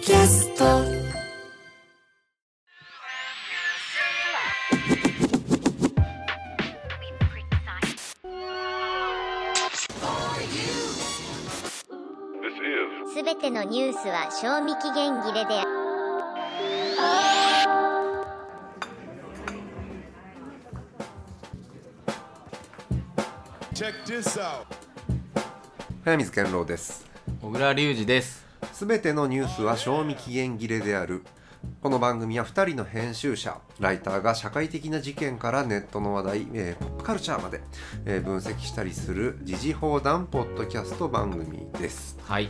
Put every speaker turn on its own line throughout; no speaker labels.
キャスト
すべてのニュースは賞味期限切れである
早水健郎です
小倉隆二です
すべてのニュースは賞味期限切れであるこの番組は2人の編集者ライターが社会的な事件からネットの話題、えーポップカルチャーまで、えー分析したりする時事放談ポッドキャスト番組です、
はい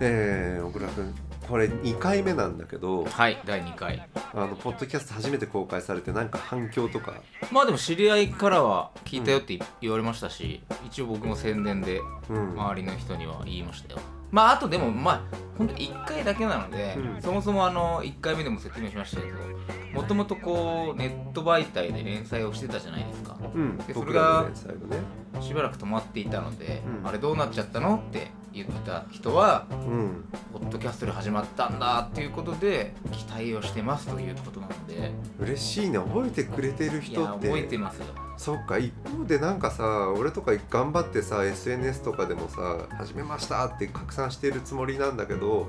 えー、小倉君これ2回目なんだけど
はい第2回
あのポッドキャスト初めて公開されてなんか反響とか
まあでも知り合いからは聞いたよって言われましたし、一応僕も宣伝で
うん
周りの人には言いましたよまああとでもまあほんと1回だけなので、
うん
そもそもあの1回目でも説明しましたけどもともとこうネット媒体で連載をしてたじゃないですか
うん
で
僕
それが
らの連載がね
しばらく止まっていたので、
うん
あれどうなっちゃったのって言った人は
うん
ポッドキャストで始まったんだっていうことで期待をしてますということなので
嬉しいね覚えてくれてる
い
人
や
って
覚えてますよ
そっか一方でなんかさ俺とか頑張ってさ SNS とかでもさ「始めました」って拡散しているつもりなんだけど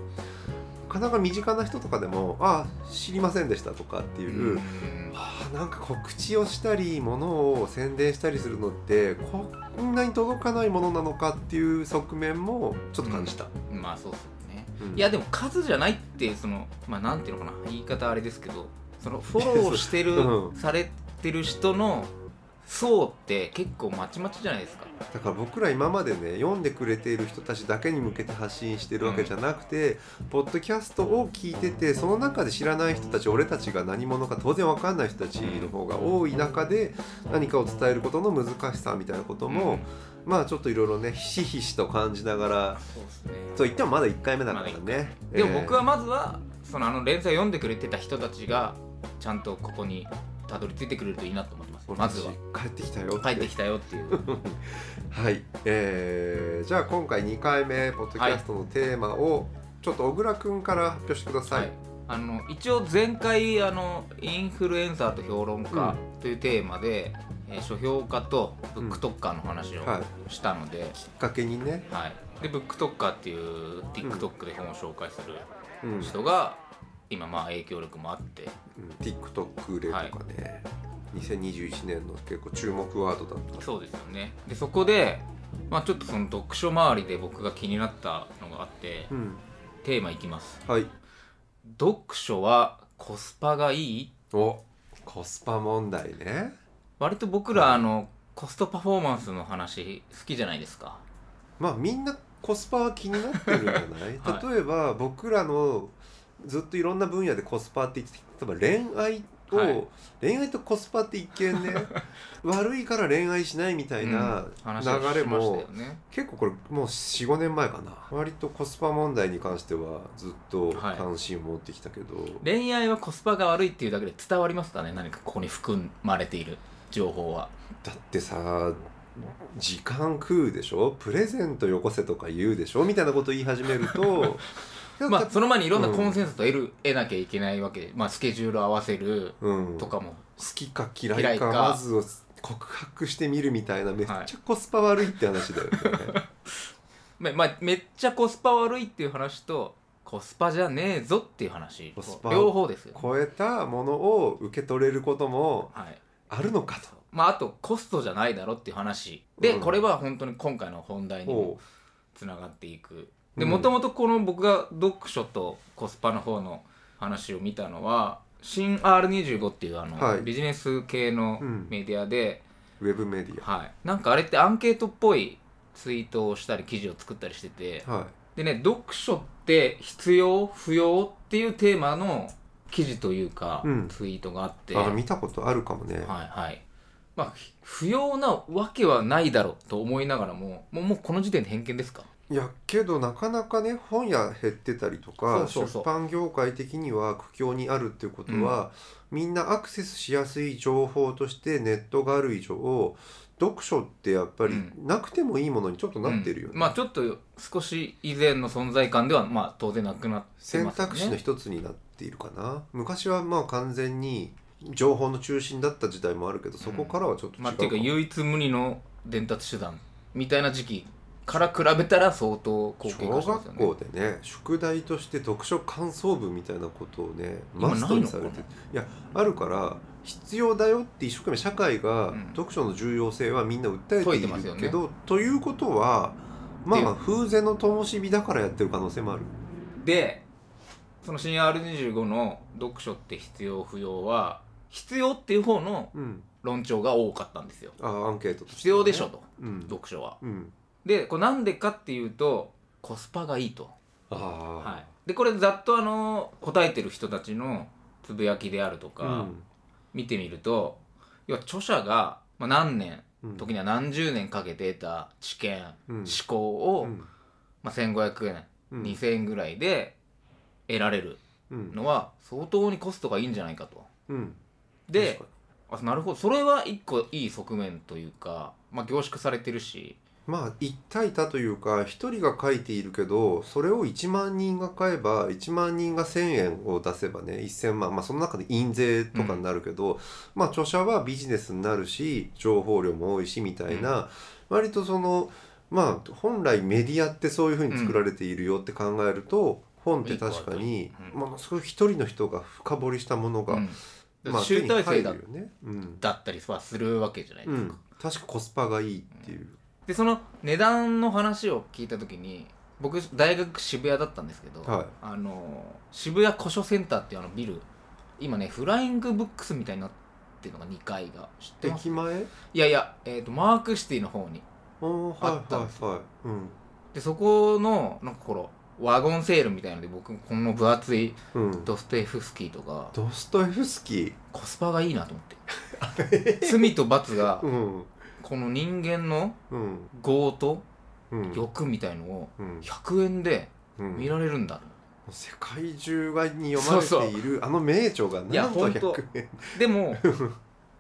なかなか身近な人とかでも「あ知りませんでした」とかっていう、
うん
あなんか告知をしたりものを宣伝したりするのってこんなに届かないものなのかっていう側面もちょっと感じた。
まあそうっすよね、
うん
いやでも数じゃないってそのまあなんていうのかな言い方あれですけどそのフォローしてる、
うん
されてる人の層って結構まちまちじゃないですか
だから僕ら今までね読んでくれている人たちだけに向けて発信してるわけじゃなくて、ポッドキャストを聞いててその中で知らない人たち俺たちが何者か当然わかんない人たちの方が多い中で何かを伝えることの難しさみたいなことも、まあちょっといろいろねひしひしと感じながら
そうですね
と言ってもまだ1回目だからね
ま、
えー
でも僕はまずはそのあの連載読んでくれてた人たちがちゃんとここにたどり着いてくれるといいなと思ってます
俺
ま
たち
ずは
帰ってきたよ
帰ってきたよっていう
はい、えーじゃあ今回2回目ポッドキャストのテーマをちょっと小倉君から発表してください。
あの一応前回あのインフルエンサーと評論家というテーマで、えー書評家とブックトッカーの話を
は
したので、
きっかけにね、
はい、でブックトッカーっていう TikTok で本を紹介する
うん、
人が今まあ影響力もあって
うん TikTok 例とかね、2021年の結構注目ワードだった
そうですよねでそこで、まあ、ちょっとその読書周りで僕が気になったのがあって
うん
テーマいきます
はい
読書はコスパがいい
おコスパ問題ね
割と僕らあのコストパフォーマンスの話好きじゃないですか
まあみんなコスパは気になってるんじゃない、
は
例えば僕らのずっといろんな分野でコスパって言ってきて例えば恋愛を、
はい
恋愛とコスパって一見 ね悪いから恋愛しないみたいな
話をしま
流
し
れ
た
も、
よね
結構これもう45年前かな割とコスパ問題に関してはずっと関心を持ってきたけど、
恋愛はコスパが悪いっていうだけで伝わりますかね何かここに含まれている情報は
だってさ時間食うでしょプレゼントよこせとか言うでしょみたいなこと言い始めるとい や
ま
だ
あその前にいろんなコンセンサスを得る、得なきゃいけないわけで、まあ、スケジュールを合わせる
うん、
と
好
かも、
きか嫌い
嫌
か
いか
まずを告白してみるみたいなめっちゃコスパ悪いって話 だよね、
まあまあ、めっちゃコスパ悪いっていう話とコスパじゃねえぞっていう話
コスパ
両方ですよ、
超えたものを受け取れることも
はい
あるのか
まあ、あとコストじゃないだろっていう話で、
うん
これは本当に今回の本題
と
にも
おう
つながっていくで
うん
もともとこの僕が読書とコスパの方の話を見たのは新 R25 っていうあの、
はい
ビジネス系の
うん
メディアで、
ウェブメディ
はい、なんかあれってアンケートっぽいツイートをしたり記事を作ったりしてて
アはい
でね読書って必要不要っていうテーマの記事というか、
うん
ツイートがあって
あ見たことあるかもね、
はいはい。まあ、ひ不要なわけはないだろうと思いながらも、もうもうこの時点で偏見ですか
いやけどなかなかね本屋減ってたりとか
そうそうそう
出版業界的には苦境にあるっていうことは、みんなアクセスしやすい情報としてネットがある以上読書ってやっぱり
う
なくてもいいものにちょっとなってるよね、
うんまあちょっと少し以前の存在感ではまあ当然なくなってますよ
選
ね
択肢の一つになっているかな昔はまあ完全に情報の中心だった時代もあるけどそこからはちょっと違う
まあ、
か
っていうか
も
唯一無二の伝達手段みたいな時期から比べたら相当貢献
小
化してます
学
よね
校でね宿題として読書感想文みたいなことをね
今
マストにさ
な
れ
いの
て
か
るいやあるから必要だよって一生懸命社会が
うん
読書の重要性はみんな訴えて
解
い
いてますよ
る
ね
けど、ということはま
ってい
あ風前の灯火だからやってる可能性もある。
でその深夜 R25 の読書って必要不要は必要っていう方の
うん、
論調が多かったんですよ
あアンケートとしてね、
必要でしょと
うん
読書は
うん、
でこれなんでかっていうとコスパがいいと、
あ
は
あ、
い、でこれざっとあの答えてる人たちのつぶやきであると
う
か
ん
見てみると、要は著者がまあ何年
うん
時には何十年かけて得た知見、
うん
思考を、
うん
まあ、1500円、
うん
2000円ぐらいで得られる
うん
のは相当にコストがいいんじゃないかと。
うん、
で
確か
あなるほどそれは一個いい側面というか、まあ、凝縮されてるし
にまあ一体多というか一人が書いているけどそれを1万人が買えば1万人が1,000円を出せばね1,000万まあその中で印税とかになるけど、まあ著者はビジネスになるし情報量も多いしみたいな、割とそのまあ本来メディアってそういうふうに作られているよって考えると、本って確か
い
に
いことだと
ものすごい一人の人が深掘りしたものが、
うん
まあ、
集大成だ
手に入るよね。うん
だったりはするわけじゃないで
う
すか。
ん、確かコスパがいいっていう。
でその値段の話を聞いた時に僕大学渋谷だったんですけど、
はい
あの渋谷古書センターっていうあのビル今ねフライングブックスみたいになってるのが2階が知ってます
駅前
いやいや、えー、とマークシティの方に
おー
あったんです
はいはいはいうん
でそこのなんかこのワゴンセールみたいので僕この分厚い
うん、
ドストエフスキーとか
ドストエフスキ
コスパがいいなと思 って罪と罰が
ーうん
この人間の
うん
業と
うん
欲みたいのを
うん
100円で
うん
見られるんだと
世界中がに読まれているあの名著が
いや
なんと100円
でも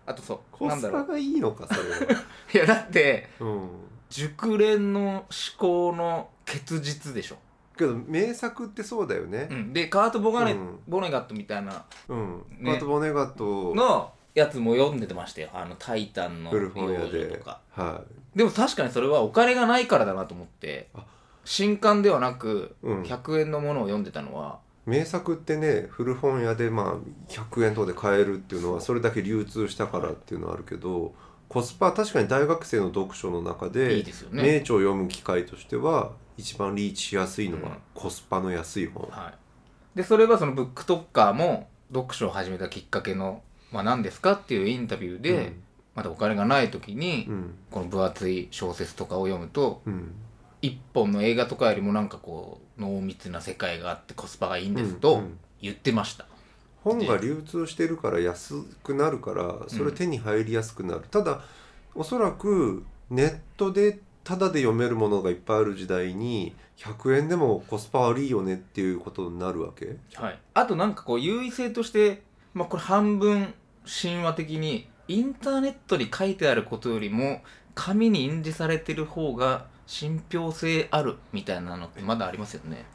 あとそう
コ
なんだ
ス
ろ
パ
う
がいいのかそれは
いやだって
うん
熟練の思考の結実でしょ、
けど名作ってそうだよね
うん、でカート・ボガネ、
うん
ボネガットみたいな
うん
ね
カート・ボネガと
のやつも読んでてましたよ「あのタイタン」の
古本屋
養生
で
とか
はい
でも確かにそれはお金がないからだなと思って
あ
新刊ではなく
うん
100円のものを読んでたのは、
名作ってね古本屋でまあ100円とかで買えるっていうのはそれだけ流通したからっていうのはあるけどコスパ確かに大学生の読書の中で
いいですよね
名著を読む機会としては一番リーチしやすいの
うん
はコスパの安い本、
はい、でそれはそのブックトッカーも読書を始めたきっかけの、まあ、何ですかっていうインタビューで、まだお金がない時に、
うん
この分厚い小説とかを読むと
うん
一本の映画とかよりもなんかこう濃密な世界があってコスパがいいんです
う
と
ん
言ってました、
本が流通してるから安くなるからそれ手に入りやすくなる、ただおそらくネットでタダで読めるものがいっぱいある時代に100円でもコスパ悪いよねっていうことになるわけ
はい、あとなんかこう優位性として、まあ、これ半分神話的にインターネットに書いてあることよりも紙に印字されてる方が信憑性あるみたいなのってまだありますよね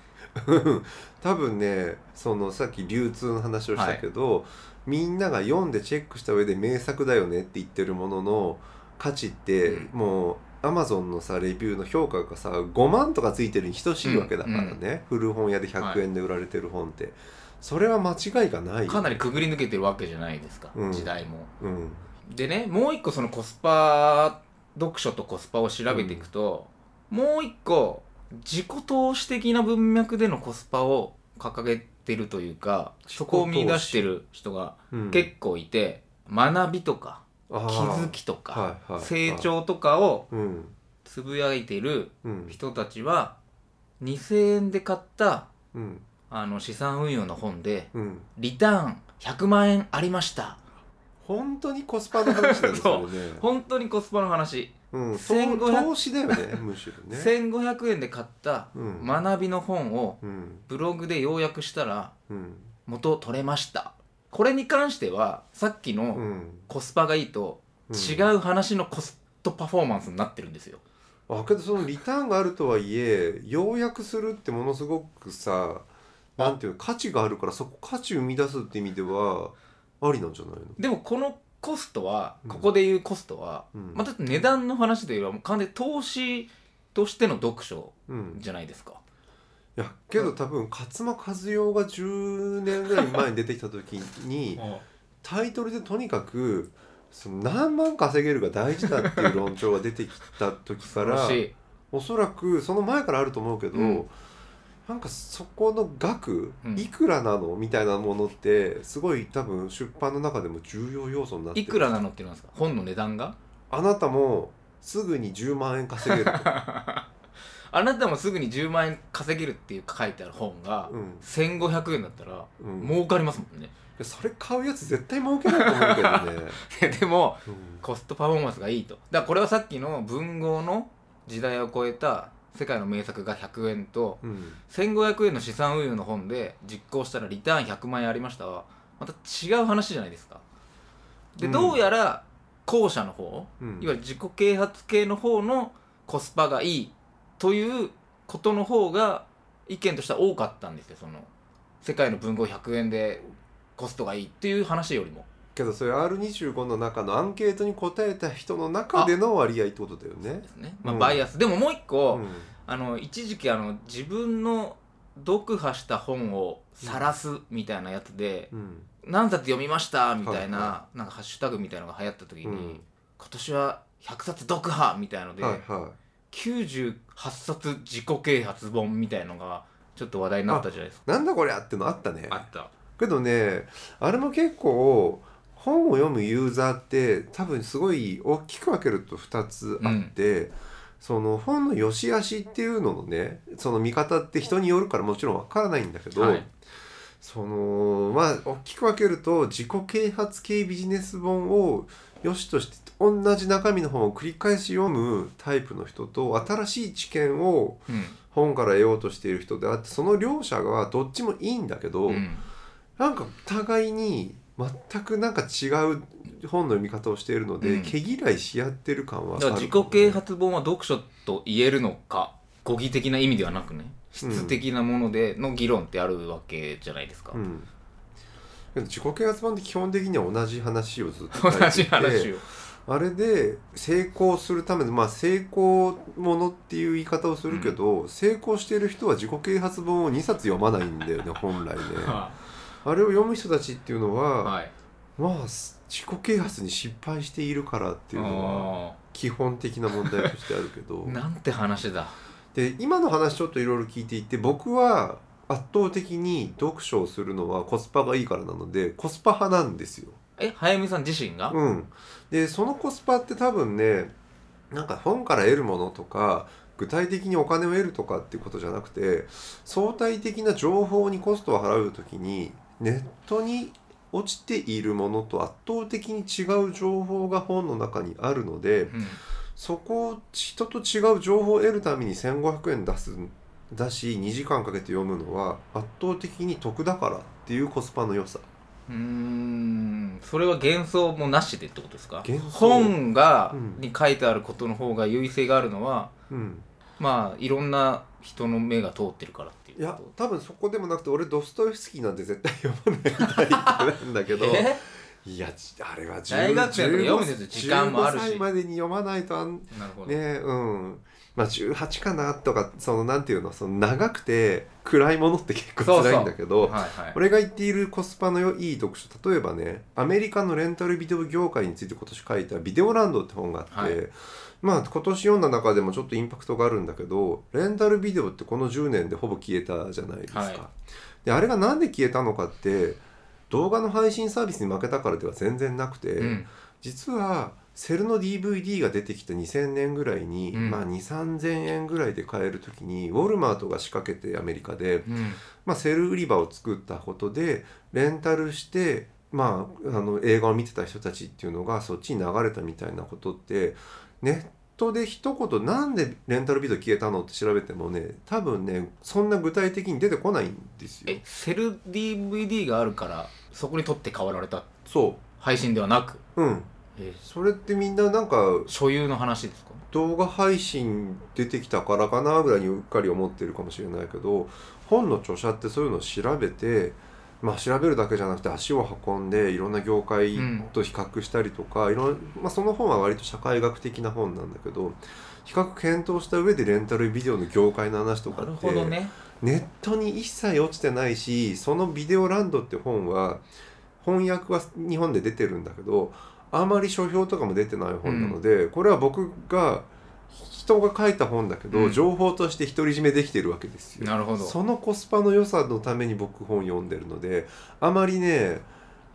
うん 多分ねそのさっき流通の話をしたけど、みんなが読んでチェックした上で名作だよねって言ってるものの価値って、
う
もうアマゾンのさレビューの評価がさ5万とかついてるに等しいわけだからね、古本屋で100円で売られてる本って、それは間違いがないよ
かなりくぐり抜けてるわけじゃないですか、
うん
時代も
うん
でねもう一個そのコスパ読書とコスパを調べていくと、もう一個自己投資的な文脈でのコスパを掲げてるというかそこを見出してる人が
うん、
結構いて、学びとか
構
気づきとか、
はいはいはい
成長とかを
うん
つぶやいてる
うん
人たちは2,000円で買った
うん
あの資産運用の本で
うん
リターン100万円ありました
本当にコスパの話なんですよね
本当にコスパの話
うん、投
1500
投資だよねむしろね。
1500円で買った
うん
学びの本を
うん
ブログで要約したら
うん
元取れましたこれに関してはさっき
う
の
ん
コスパがいいと
うん
違う話のコストパフォーマンスになってるんですよ
あけどそのリターンがあるとはいえ要約するってものすごくさなんていうの価値があるからそこ価値生み出すって意味ではありなんじゃないの、
でもこのコストは
うん
ここで言うコストは
うん
また値段の話というよりはもう完全に投資としての読書
うん、
じゃないですか
いやけど多分勝間和代が10年ぐらい前に出てきた時にタイトルでとにかくその何万稼げるが大事だっていう論調が出てきた時から
楽しい
おそらくその前からあると思うけど、
うん
なんかそこの額
うん
いくらなのみたいなものってすごい多分出版の中でも重要要素になって
い
る
くらなのって言うんですか本の値段が
あなたもすぐに10万円稼 げると
あなたもすぐに10万円稼げるっていう書いてある本が
うん
1500円だったら
うんい
儲かりますもんね
やそれ買うやつ絶対儲けないと思うけ どね、
でも
うん
コストパフォーマンスがいいとだからこれはさっきの文豪の時代を超えた世界の名作が100円と
うん
1500円の資産運用の本で実行したらリターン100万円ありましたはまた違う話じゃないですかで、
うん
どうやら後者の方
うん
いわゆる自己啓発系の方のコスパがいいということの方が意見としては多かったんですよその世界の文豪100円でコストがいいっていう話よりも
けどそれ R25 の中のアンケートに答えた人の中での割合ってことだよね
で。すね、まあ
うん
バイアス、でももう一個、
うん
あの一時期あの自分の読破した本を晒すみたいなやつで、
うん
何冊読みましたみたいな、
はい
なんかハッシュタグみたいなのが流行った時に、
うん
今年は100冊読破みたいので、
はいは
98冊自己啓発本みたいのがちょっと話題になったじゃないですか
い、なんだこりゃってのあったね
あった
けどねあれも結構本を読むユーザーって多分すごい大きく分けると2つあって、その本の良し悪しっていうののねその見方って人によるからもちろん分からないんだけど、
はい
そのまあ大きく分けると自己啓発系ビジネス本を良しとして同じ中身の本を繰り返し読むタイプの人と新しい知見を
うん
本から得ようとしている人であってその両者がどっちもいいんだけど、
うん
なんか互いに全くなんか違う本の読み方をしているので、
うん
毛嫌いし合ってる感は
だ
あ
から
る
自己啓発本は読書と言えるのか語義的な意味ではなくね質的なものでの議論ってあるわけじゃないですか、
うんけど自己啓発本って基本的には同じ話をずっと
同
書いていて
じ話を
あれで成功するためのまあ成功ものっていう言い方をするけど、成功している人は自己啓発本を2冊読まないん だよね本来ね
は
あれを読む人たちっていうの
い
は、
はい
まあす自己啓発に失敗しているからっていうのは
あ
基本的な問題としてあるけど
ーなんて話だ
で今の話ちょっといろいろ聞いていて僕は圧倒的に読書をするのはコスパがいいからなのでコスパ派なんですよ。
え早見さん自身が、
うん、でそのコスパって多分ねなんか本から得るものとか具体的にお金を得るとかっていうことじゃなくて相対的な情報にコストを払う時にネットに落ちているものと圧倒的に違う情報が本の中にあるので、
うん
そこを人と違う情報を得るために1500円出すだし2時間かけて読むのは圧倒的に得だからっていうコスパの良さ
うーんそれは幻想もなしでってことですか
幻想
本が、
うん
に書いてあることの方が優位性があるのは
うん
まあいろんな人の目が通ってるからっていう
いや
こ
多分そこでもなくて俺ドストエフスキーなんて絶対読まないタイプなんだけ
と
ど
え
いやじあれは10
大学生だと読むんですよ
15
時間もあるし
15歳までに読まないとあん
なるほど、
ねうんまあ18かなとかそのなんていうのその長くて暗いものって結構辛いんだけど
はいはい
俺が言っているコスパの良い読書例えばねアメリカのレンタルビデオ業界について今年書いた「ビデオランド」って本があって、
はい
まあ今年読んだ中でもちょっとインパクトがあるんだけどレンタルビデオってこの10年でほぼ消えたじゃないですか。
はい
であれがなんで消えたのかって動画の配信サービスに負けたからでは全然なくて、
うん
実はセルの DVD が出てきた2000年ぐらいに、
うん
まあ2 3 0 0 0円ぐらいで買える時にウォルマートが仕掛けてアメリカで。
うん
まあ、セル売り場を作ったことでレンタルして、まあ、あの映画を見てた人たちっていうのがそっちに流れたみたいなことってネットで一言なんでレンタルビデオ消えたのって調べてもね多分ねそんな具体的に出てこないんですよ
えセル DVD があるからそこに取って代わられた
そ
配信ではなく、
ううん
え
それってみんななんか
所有の話ですか
動画配信出てきたからかなぐらいにうっかり思ってるかもしれないけど本の著者ってそういうのを調べてまあ調べるだけじゃなくて足を運んでいろんな業界と比較したりとか、いろんまあ、その本は割と社会学的な本なんだけど比較検討した上でレンタルビデオの業界の話とか
なる
って
ほどね
ネットに一切落ちてないしその「ビデオランド」って本は翻訳は日本で出てるんだけどあまり書評とかも出てない本なので、これは僕が人が書いた本だけど、
うん
情報として独り占めできてるわけですよ。
なるほど
そのコスパの良さのために僕本読んでるのであまりね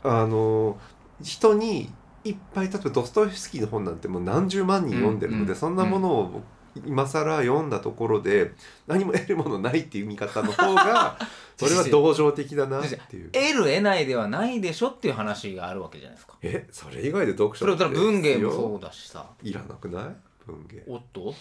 あの人にいっぱい例えばドストエフスキーの本なんてもう何十万人読んでるので、
うん
そんなものを僕今更読んだところで何も得るものないっていう見方の 方がそれは同情的だなっていう。
得る得ないではないでしょっていう話があるわけじゃないですか
えそれ以外で読
そ
書
れだから文芸も
そ
そうだしさ
ういらなくない文芸
おっと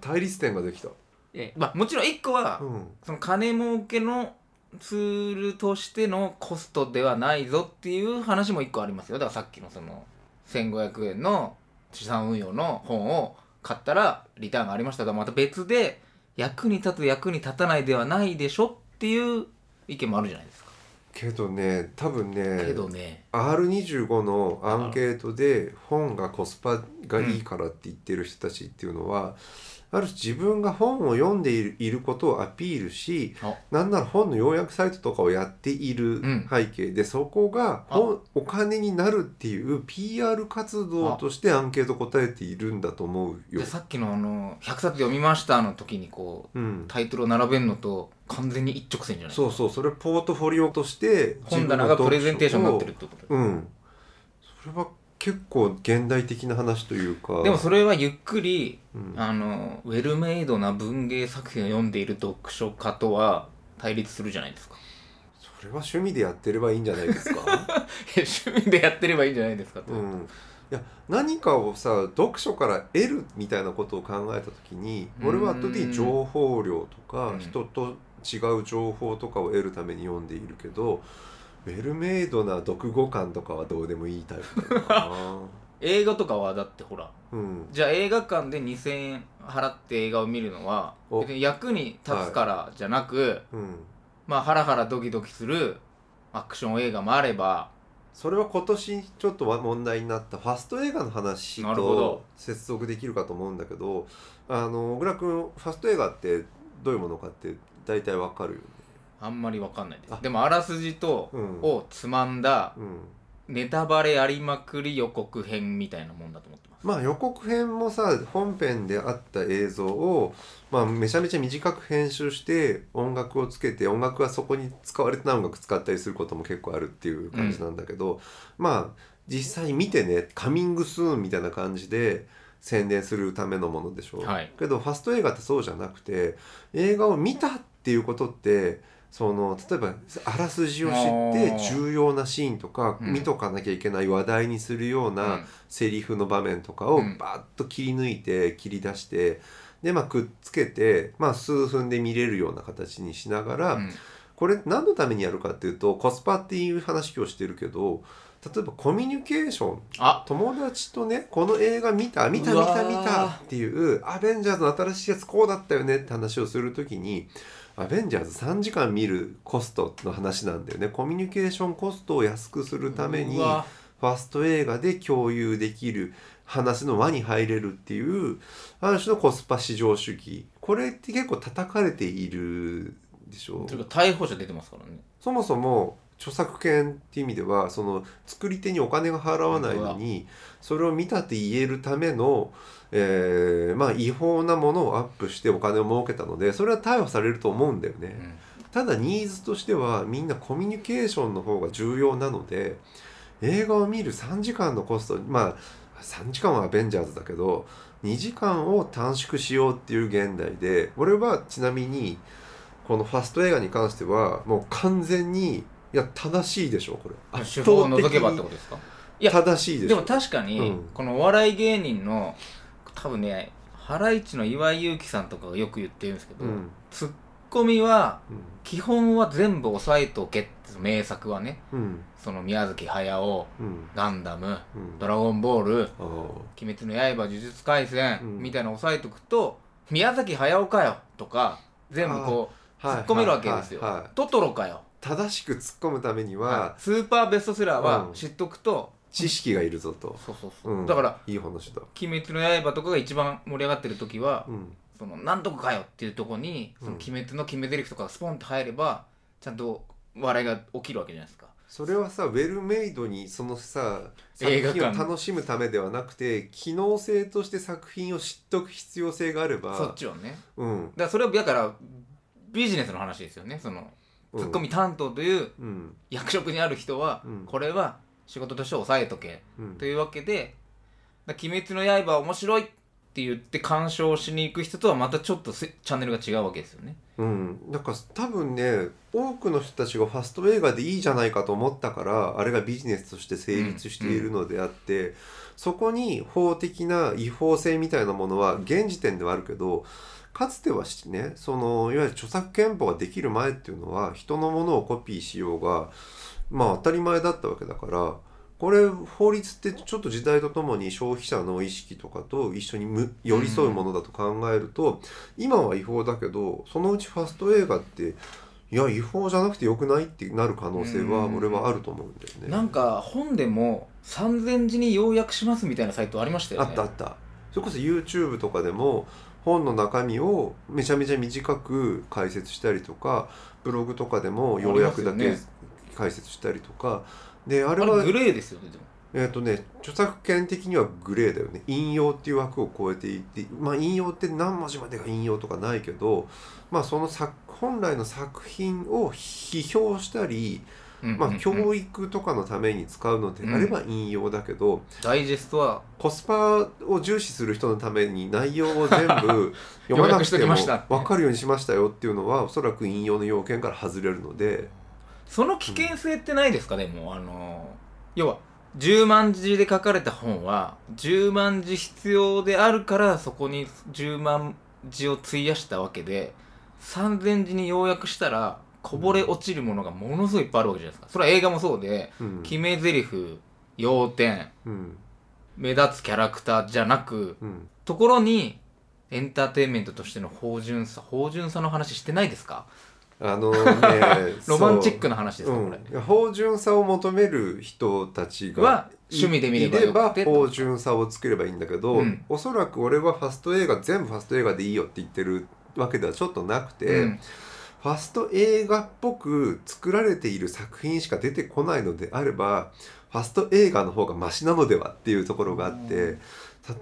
対立点ができた、
えまあもちろん一個は、
うん、
その金儲けのツールとしてのコストではないぞっていう話も一個ありますよだからさっきのその1500円の資産運用の本を買ったらリターンがありましたがまた別で役に立つ役に立たないではないでしょっていう意見もあるじゃないですか、
けどね多分ね
けどね
R25 のアンケートで本がコスパがいいからって言ってる人たちっていうのは、ある種自分が本を読んでいるいることをアピールし
あ
なんなら本の要約サイトとかをやっている
うん
背景で、そこが本お金になるっていう PR 活動としてアンケート答えているんだと思うよ
で。さっきのあの「100冊読みました」の時にこ
うん
う、タイトルを並べるのと完全に一直線じゃない
そうそうそれポートフォリオとして
本棚がプレゼンテーションになってるってこと
うんそれは結構現代的な話というか
でもそれはゆっくり
うん
あのウェルメイドな文芸作品を読んでいる読書家とは対立するじゃないですか
それは趣味でやってればいいんじゃないで すか、
え趣味でやってればいいんじゃないですかと、
うん、いや何かをさ読書から得るみたいなことを考えた時に
うん
俺は後で情報量とか
うん
人と違う情報とかを得るために読んでいるけどウェルメイドな読語感とかはどうでもいいタイプ だな、
映画とかはだってほら
うん、
じゃあ映画館で2000円払って映画を見るのは
お
別に役に立つからじゃなく、
うん、
まあハラハラドキドキするアクション映画もあれば
それは今年ちょっと問題になったファスト映画の話
なるほ
と
ど
接続できるかと思うんだけどあの小倉君ファスト映画ってどういうものかって大体わかるよね、
あんまりわかんないで
あ
すでもあらすじと、
うん
をつまんだ
うん、
ネタバレありまくり予告編みたいなもんだと思ってます
まあ予告編もさ本編であった映像を、まあ、めちゃめちゃ短く編集して音楽をつけて音楽はそこに使われてない音楽使ったりすることも結構あるっていう感じなんだけど、まあ実際見てねカミングスーンみたいな感じで宣伝するためのものでしょう、
はい
けどファスト映画ってそうじゃなくて映画を見たっていうことってその例えばあらすじを知って
あー
重要なシーンとか、
うん
見とかなきゃいけない話題にするような、
うん
セリフの場面とかを
うん
バーッと切り抜いて切り出して、でまあくっつけて、まあ、数分で見れるような形にしながら、
うん
これ何のためにやるかっていうとコスパっていう話をしてるけど例えばコミュニケーション
あ
友達とねこの映画見た見た見た
うわ
見
ー
たっていうアベンジャーズの新しいやつこうだったよねって話をする時にアベンジャーズ3時間見るコストの話なんだよねコミュニケーションコストを安くするために
うわ
ファスト映画で共有できる話の輪に入れるっていうある種のコスパ至上主義これって結構叩かれているでしょ
というか逮捕者出てますからね
そもそも著作権っていう意味ではその作り手にお金が払わないのにそれを見たって言えるための、えーまあ、違法なものをアップしてお金を儲けたのでそれは逮捕されると思うんだよね。
うん
ただニーズとしてはみんなコミュニケーションの方が重要なので映画を見る3時間のコストまあ3時間はアベンジャーズだけど2時間を短縮しようっていう現代で俺はちなみにこのファスト映画に関してはもう完全にいや正しいでしょこれ
手法を除けばってことですかいや
正しいでし
で
ょ
も確かに、
うん
このお笑い芸人の多分ねハライチの岩井勇気さんとかがよく言ってるんですけど、
うん
ツッコミは
うん
基本は全部押さえておけって名作はね
うん
その宮崎駿
うん
ガンダム
うん
ドラゴンボール
あー
鬼滅の刃呪術廻戦、
うん
みたいなの押さえておくと宮崎駿かよとか全部こう
はい
突っ込めるわけですよ
はいはいはい
トトロかよ
正しく突っ込むためには
スーパーベストセラーは
うん
知っとくと、
知識がいるぞと、
そうそうそう、
うん、
だから
いい話だ、
「鬼滅の刃」とかが一番盛り上がってる時は、
うん、
その「なんとかかよ」っていうところに「その
うん
鬼滅の決め台詞」とかがスポンって入ればちゃんと笑いが起きるわけじゃないですか。
それはさウェルメイドにそのさ作
映画
品を
館
楽しむためではなくて機能性として作品を知っとく必要性があれば
そっちをね。
うん
だからそれはだからビジネスの話ですよね。その
うん
ツッコミ担当という
うん
役職にある人は、
うん
これは仕事として押さえとけ
うん
というわけで「だから鬼滅の刃」面白いって言って鑑賞しに行く人とはまたちょっとせチャンネルが違うわけですよね。
うん、なんか多分ね多くの人たちがファスト映画でいいじゃないかと思ったからあれがビジネスとして成立しているのであって、そこに法的な違法性みたいなものは現時点ではあるけどかつてはしねそのいわゆる著作権法ができる前っていうのは人のものをコピーしようがまあ当たり前だったわけだからこれ法律ってちょっと時代とともに消費者の意識とかと一緒にむ寄り添うものだと考えると、今は違法だけどそのうちファスト映画っていや違法じゃなくてよくないってなる可能性は
うん
俺はあると思うんだよね。
なんか本でも3000字に要約しますみたいなサイトありましたよ
あ
ね
ったあったそれこそ YouTube とかでも本の中身をめちゃめちゃ短く解説したりとかブログとかでも要約だ
あり
け
ます
解説したりとかであれ
あ
は
れグレーですよねでも
えっ、とね著作権的にはグレーだよね引用っていう枠を超えていってまあ引用って何文字までが引用とかないけどまあその作本来の作品を批評したり、
うんうんうん
まあ、教育とかのために使うのであれば引用だけど、
ダイジェストは
コスパを重視する人のために内容 を全部読まな
要約
く
しと
て
き
も
ました
分かるようにしましたよっていうのはおそらく引用の要件から外れるので
その危険性ってないですか、でもあの要は10万字で書かれた本は10万字必要であるからそこに10万字を費やしたわけで3000字に要約したらこぼれ落ちるものがものすごいいっぱいあるわけじゃないですかそれは映画もそうで
うん
決め台詞要点
うん
目立つキャラクターじゃなく
うん
ところにエンターテインメントとしての芳醇さ芳醇さの話してないですか
あ のね
ロマンチック
な
な話ですか、これ
うん、芳醇さを求める人たちが
は趣味で見れば
いれ
よ
ば
くて
芳醇さをつければいいんだけど、
うん
おそらく俺はファスト映画全部ファスト映画でいいよって言ってるわけではちょっとなくて、
うん
ファスト映画っぽく作られている作品しか出てこないのであればファスト映画の方がマシなのではっていうところがあって
う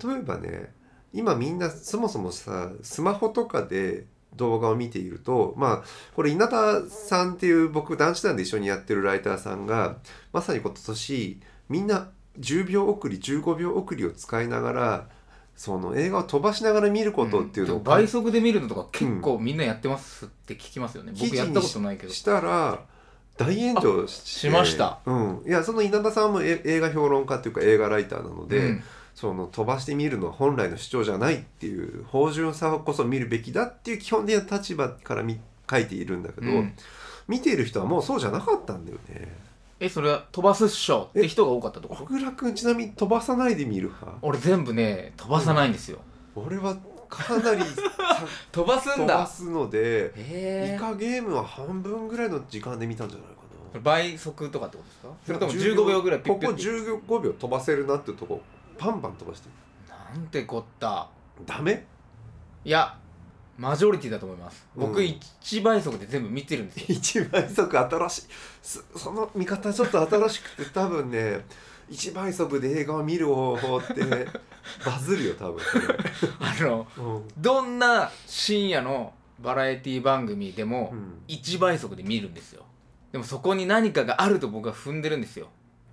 例えばね今みんなそもそもさスマホとかで動画を見ているとまあこれ稲田さんっていう僕男子団で一緒にやってるライターさんがまさに今年みんな10秒送り15秒送りを使いながらその映画を飛ばしながら見ることっていうのを、
でも倍速で見るのとか結構みんなやってますって聞きますよね、僕やったことないけど
したら大炎上し
しました、
うん、いやその稲田さんもえ映画評論家というか映画ライターなので、
うん
その飛ばして見るのは本来の主張じゃないっていう芳醇さこそ見るべきだっていう基本的な立場から見書いているんだけど、
うん
見ている人はもうそうじゃなかったんだよね。
えそれは飛ばすっしょって人が多かったと
小
こ
倉君ちなみに飛ばさないで見る派
俺全部ね飛ばさないんですよ、
俺はかなりさ
飛ばす
飛
ん
ば
だ
すのでイ
へ
カゲームは半分ぐらいの時間で見たんじゃないかな。
え倍速とかってことですかそれとも15秒ぐらいピッピッ
ここ15秒飛ばせるなっていうとこパンパン飛ばして る
なんてこった
ダメ
いやマジョリティだと思います僕
うん
1倍速で全部見てるんですよ、
一倍速新しいそその見方ちょっと新しくて 多分ね一倍速で映画を見る方法って バズるよ多分、
あの
うん
どんな深夜のバラエティ番組でも、
うん
1倍速で見るんですよでもそこに何かがあると僕は踏んでるんですよ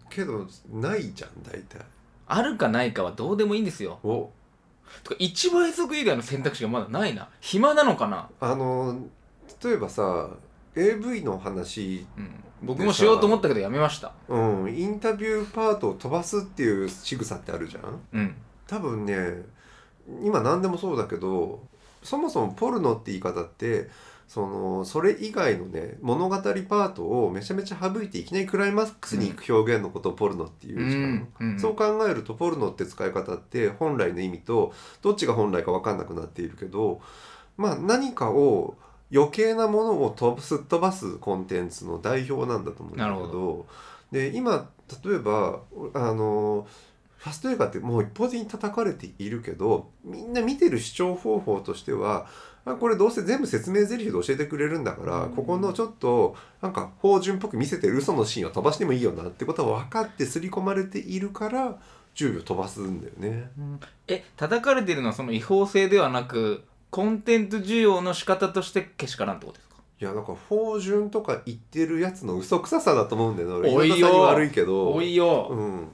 けどないじゃん大体
あるかないかはどうでもいいんですよ
お
とか1倍速以外の選択肢がまだないな暇なのかな、
あの例えばさ AV の話
うん、僕もしようと思ったけどやめました
うんインタビューパートを飛ばすっていう仕草ってあるじゃん
うん
多分ね今何でもそうだけどそもそもポルノって言い方ってそのそれ以外のね物語パートをめちゃめちゃ省いていきなりクライマックスに行く表現のことをポルノっていうじゃん
うん
そう考えるとポルノって使い方って本来の意味とどっちが本来か分かんなくなっているけどまあ何かを余計なものを飛ぶすっ飛ばすコンテンツの代表なんだと思うんだ
な
け
るほ
どで今例えばあのファスト映画ってもう一方的に叩かれているけどみんな見てる視聴方法としてはあこれどうせ全部説明ゼリフで教えてくれるんだから、
うん
ここのちょっとなんか芳醇っぽく見せてる嘘のシーンを飛ばしてもいいよなってことは分かって刷り込まれているから10秒飛ばすんだよね。
え叩かれてるのはその違法性ではなくコンテンツ需要の仕方としてけしからんってことですか
いやなんか芳醇とか言ってるやつの嘘くささだと思うんだよね
お
俺
い
岩
よ
田さんに悪いけど
おいよ、
うん、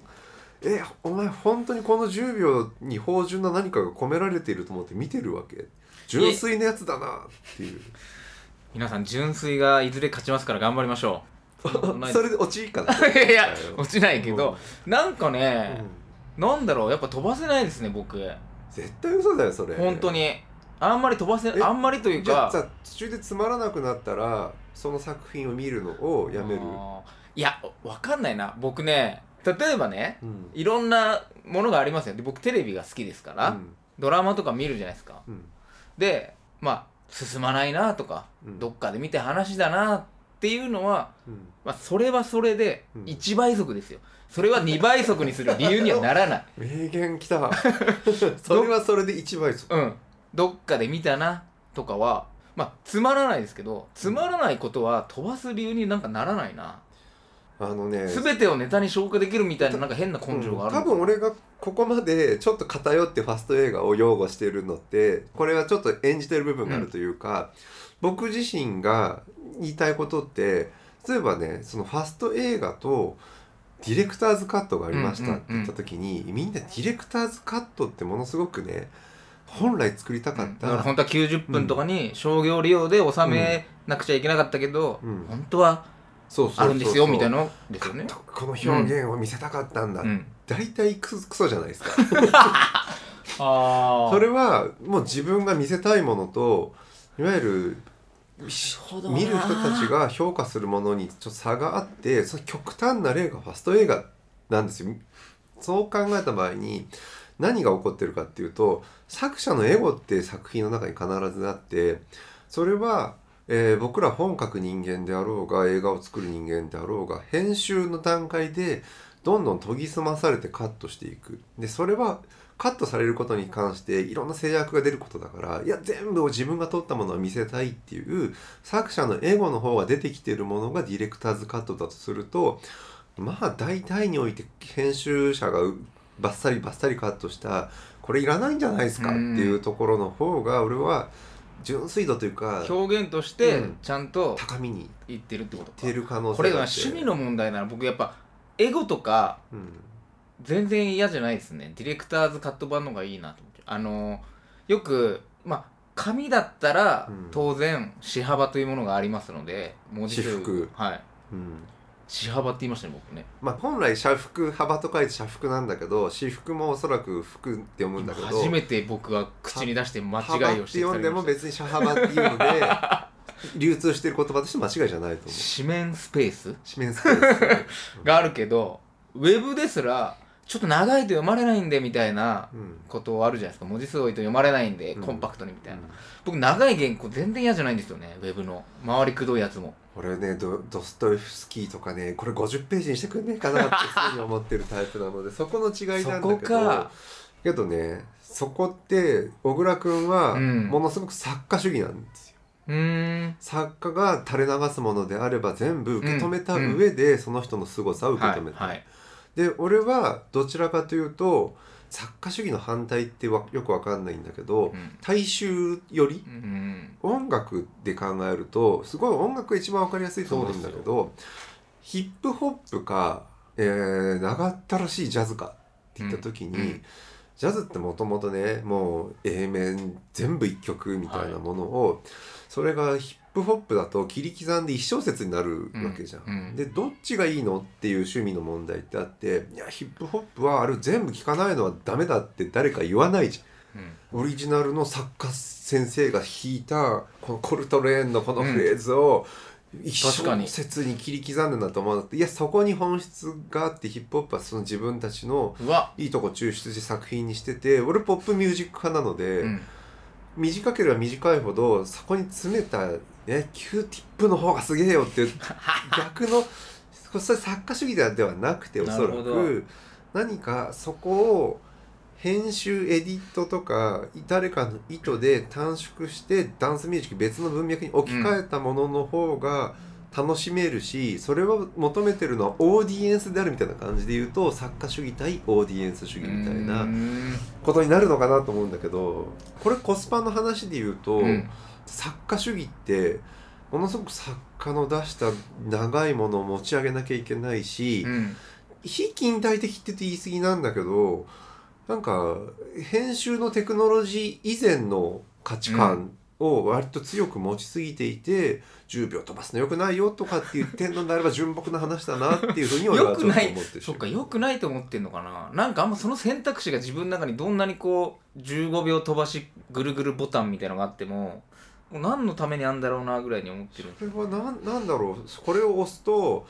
えお前本当にこの10秒に芳醇な何かが込められていると思って見てるわけ純粋なやつだなっていう
皆さん純粋がいずれ勝ちますから頑張りましょうそんなこと
それで落ちいいか な
ないいや落ちないけど、なんか
うん
ね、なんだろうやっぱ飛ばせないですね僕
絶対嘘だよそれ
本当にあんまり飛ばせ
え
あんまりという
じゃあ
か
さ途中でつまらなくなったらその作品を見るのをやめる、
あーいやわかんないな僕ね例えばね
うん
いろんなものがありますよで僕テレビが好きですから、
うん
ドラマとか見るじゃないですか
うん
でまあ進まないなとか、
うん
どっかで見て話だなっていうのは、
うん
まあ、それはそれで
うん
1倍速ですよそれは2倍速にする理由にはな らない
名言きた それはそれで一倍速
うんどっかで見たなとかはまあつまらないですけどつまらないことは飛ばす理由になんかならないな、
あのね
全てをネタに消化できるみたいななんか変な根性があるのかな、
うん多分俺がここまでちょっと偏ってファスト映画を擁護してるのってこれはちょっと演じてる部分があるというか、僕自身が言いたいことって例えばねそのファスト映画とディレクターズカットがありましたって言った時に、みんなディレクターズカットってものすごくね本来作りたかっ
だから
た、
本当は90分とかに商業利用で収めなくちゃいけなかったけど、
うん
本当は
そうそうそう
あるんですよみたい
な
なのですよね。
この表現を見せたかったんだ、
うん、
大体クソクソじゃないですか
あ
それはもう自分が見せたいものといわゆるし見る人たちが評価するものにちょっと差があってその極端な例がファスト映画なんですよ。そう考えた場合に何が起こってるかっていうと作者のエゴって作品の中に必ずあってそれは、えー僕ら本書く人間であろうが映画を作る人間であろうが編集の段階でどんどん研ぎ澄まされてカットしていく。でそれはカットされることに関していろんな制約が出ることだからいや全部を自分が撮ったものを見せたいっていう作者のエゴの方が出てきてるものがディレクターズカットだとするとまあ大体において編集者がバッサリバッサリカットしたこれいらないんじゃないですかっていうところの方が俺は純粋度というか
表現として
うん
ちゃんと
高みにいっ
言ってるってことか
てる可能
こ
性
れ
が
が
あって
趣味の問題なら僕やっぱエゴとか
うん
全然嫌じゃないですねディレクターズカット版の方がいいなと思ってあのよくまあ紙だったら
うん
当然紙幅というものがありますので文字数
私服
はい
うん
紙幅って言いましたね僕ね
まあ、本来社服幅と書いて社服なんだけど私服もおそらく服って読むんだけど
初めて僕は口に出して間違いをして
幅って読んでも別に車幅っていうので流通してる言葉として間違いじゃないと思う
紙面スペース
紙面スペース
があるけどウェブですらちょっと長いと読まれないんでみたいな
うん、
ことあるじゃないですか文字数多いと読まれないんで
うん
コンパクトにみたいな、
うん
僕長い原稿全然嫌じゃないんですよねウェブの回りくどいやつも
俺ねドドストエフスキーとかねこれ50ページにしてくんねえかなって常に思ってるタイプなのでそこの違いなんだけど
そこか
けどねそこって小倉君は
うん
ものすごく作家主義なんですよ、
うーん
作家が垂れ流すものであれば全部受け止めた上で、その人の凄さを受け止めた
は
い、
いはい
で俺はどちらかというと作家主義の反対ってわよくわかんないんだけど
うん
大衆より
うん
音楽で考えるとすごい音楽が一番わかりやすいと思うんだけどヒップホップか、えー長ったらしいジャズかって言った時に、
うんうん
ジャズってもともとねもう A 面全部一曲みたいなものを、それがヒップホップだと切り刻んで一小節になるわけじゃん。
うんうん
でどっちがいいのっていう趣味の問題ってあっていやヒップホップはあれ全部聞かないのはダメだって誰か言わないじゃん。
う
オリジナルの作家先生が弾いたこのコルトレーンのこのフレーズを一
確か
小
に
節に切り刻んだなと思うんだっていやそこに本質があってヒップホップはその自分たちの
うんうわ
いいとこ抽出して作品にしてて俺ポップミュージック派なので、
うん
短ければ短いほどそこに詰めた、ね、キューティップの方がすげえよ っていう逆のこそれ作家主義ではなくておそら
なるほど
く何かそこを編集エディットとか誰かの意図で短縮してダンスミュージック別の文脈に置き換えたものの方が楽しめるし、それを求めてるのはオーディエンスであるみたいな感じで言うと作家主義対オーディエンス主義みたいな。
うん
ことになるのかなと思うんだけどこれコスパの話で言うと、
うん
作家主義ってものすごく作家の出した長いものを持ち上げなきゃいけないし、
うん
非近代的って言って言い過ぎなんだけどなんか編集のテクノロジー以前の価値観を割と強く持ちすぎていて、10秒飛ばすのよくないよとかって言ってんのであれば純朴な話だなっていうふうに俺はちょっと思ってし
そ
ま
っ
う
かよくないと思ってんのかななんかあんまその選択肢が自分の中にどんなにこう15秒飛ばしぐるぐるボタンみたいのがあってももう何のためにあんだろうなぐらいに思ってる
これはなんなんだろうこれを押すと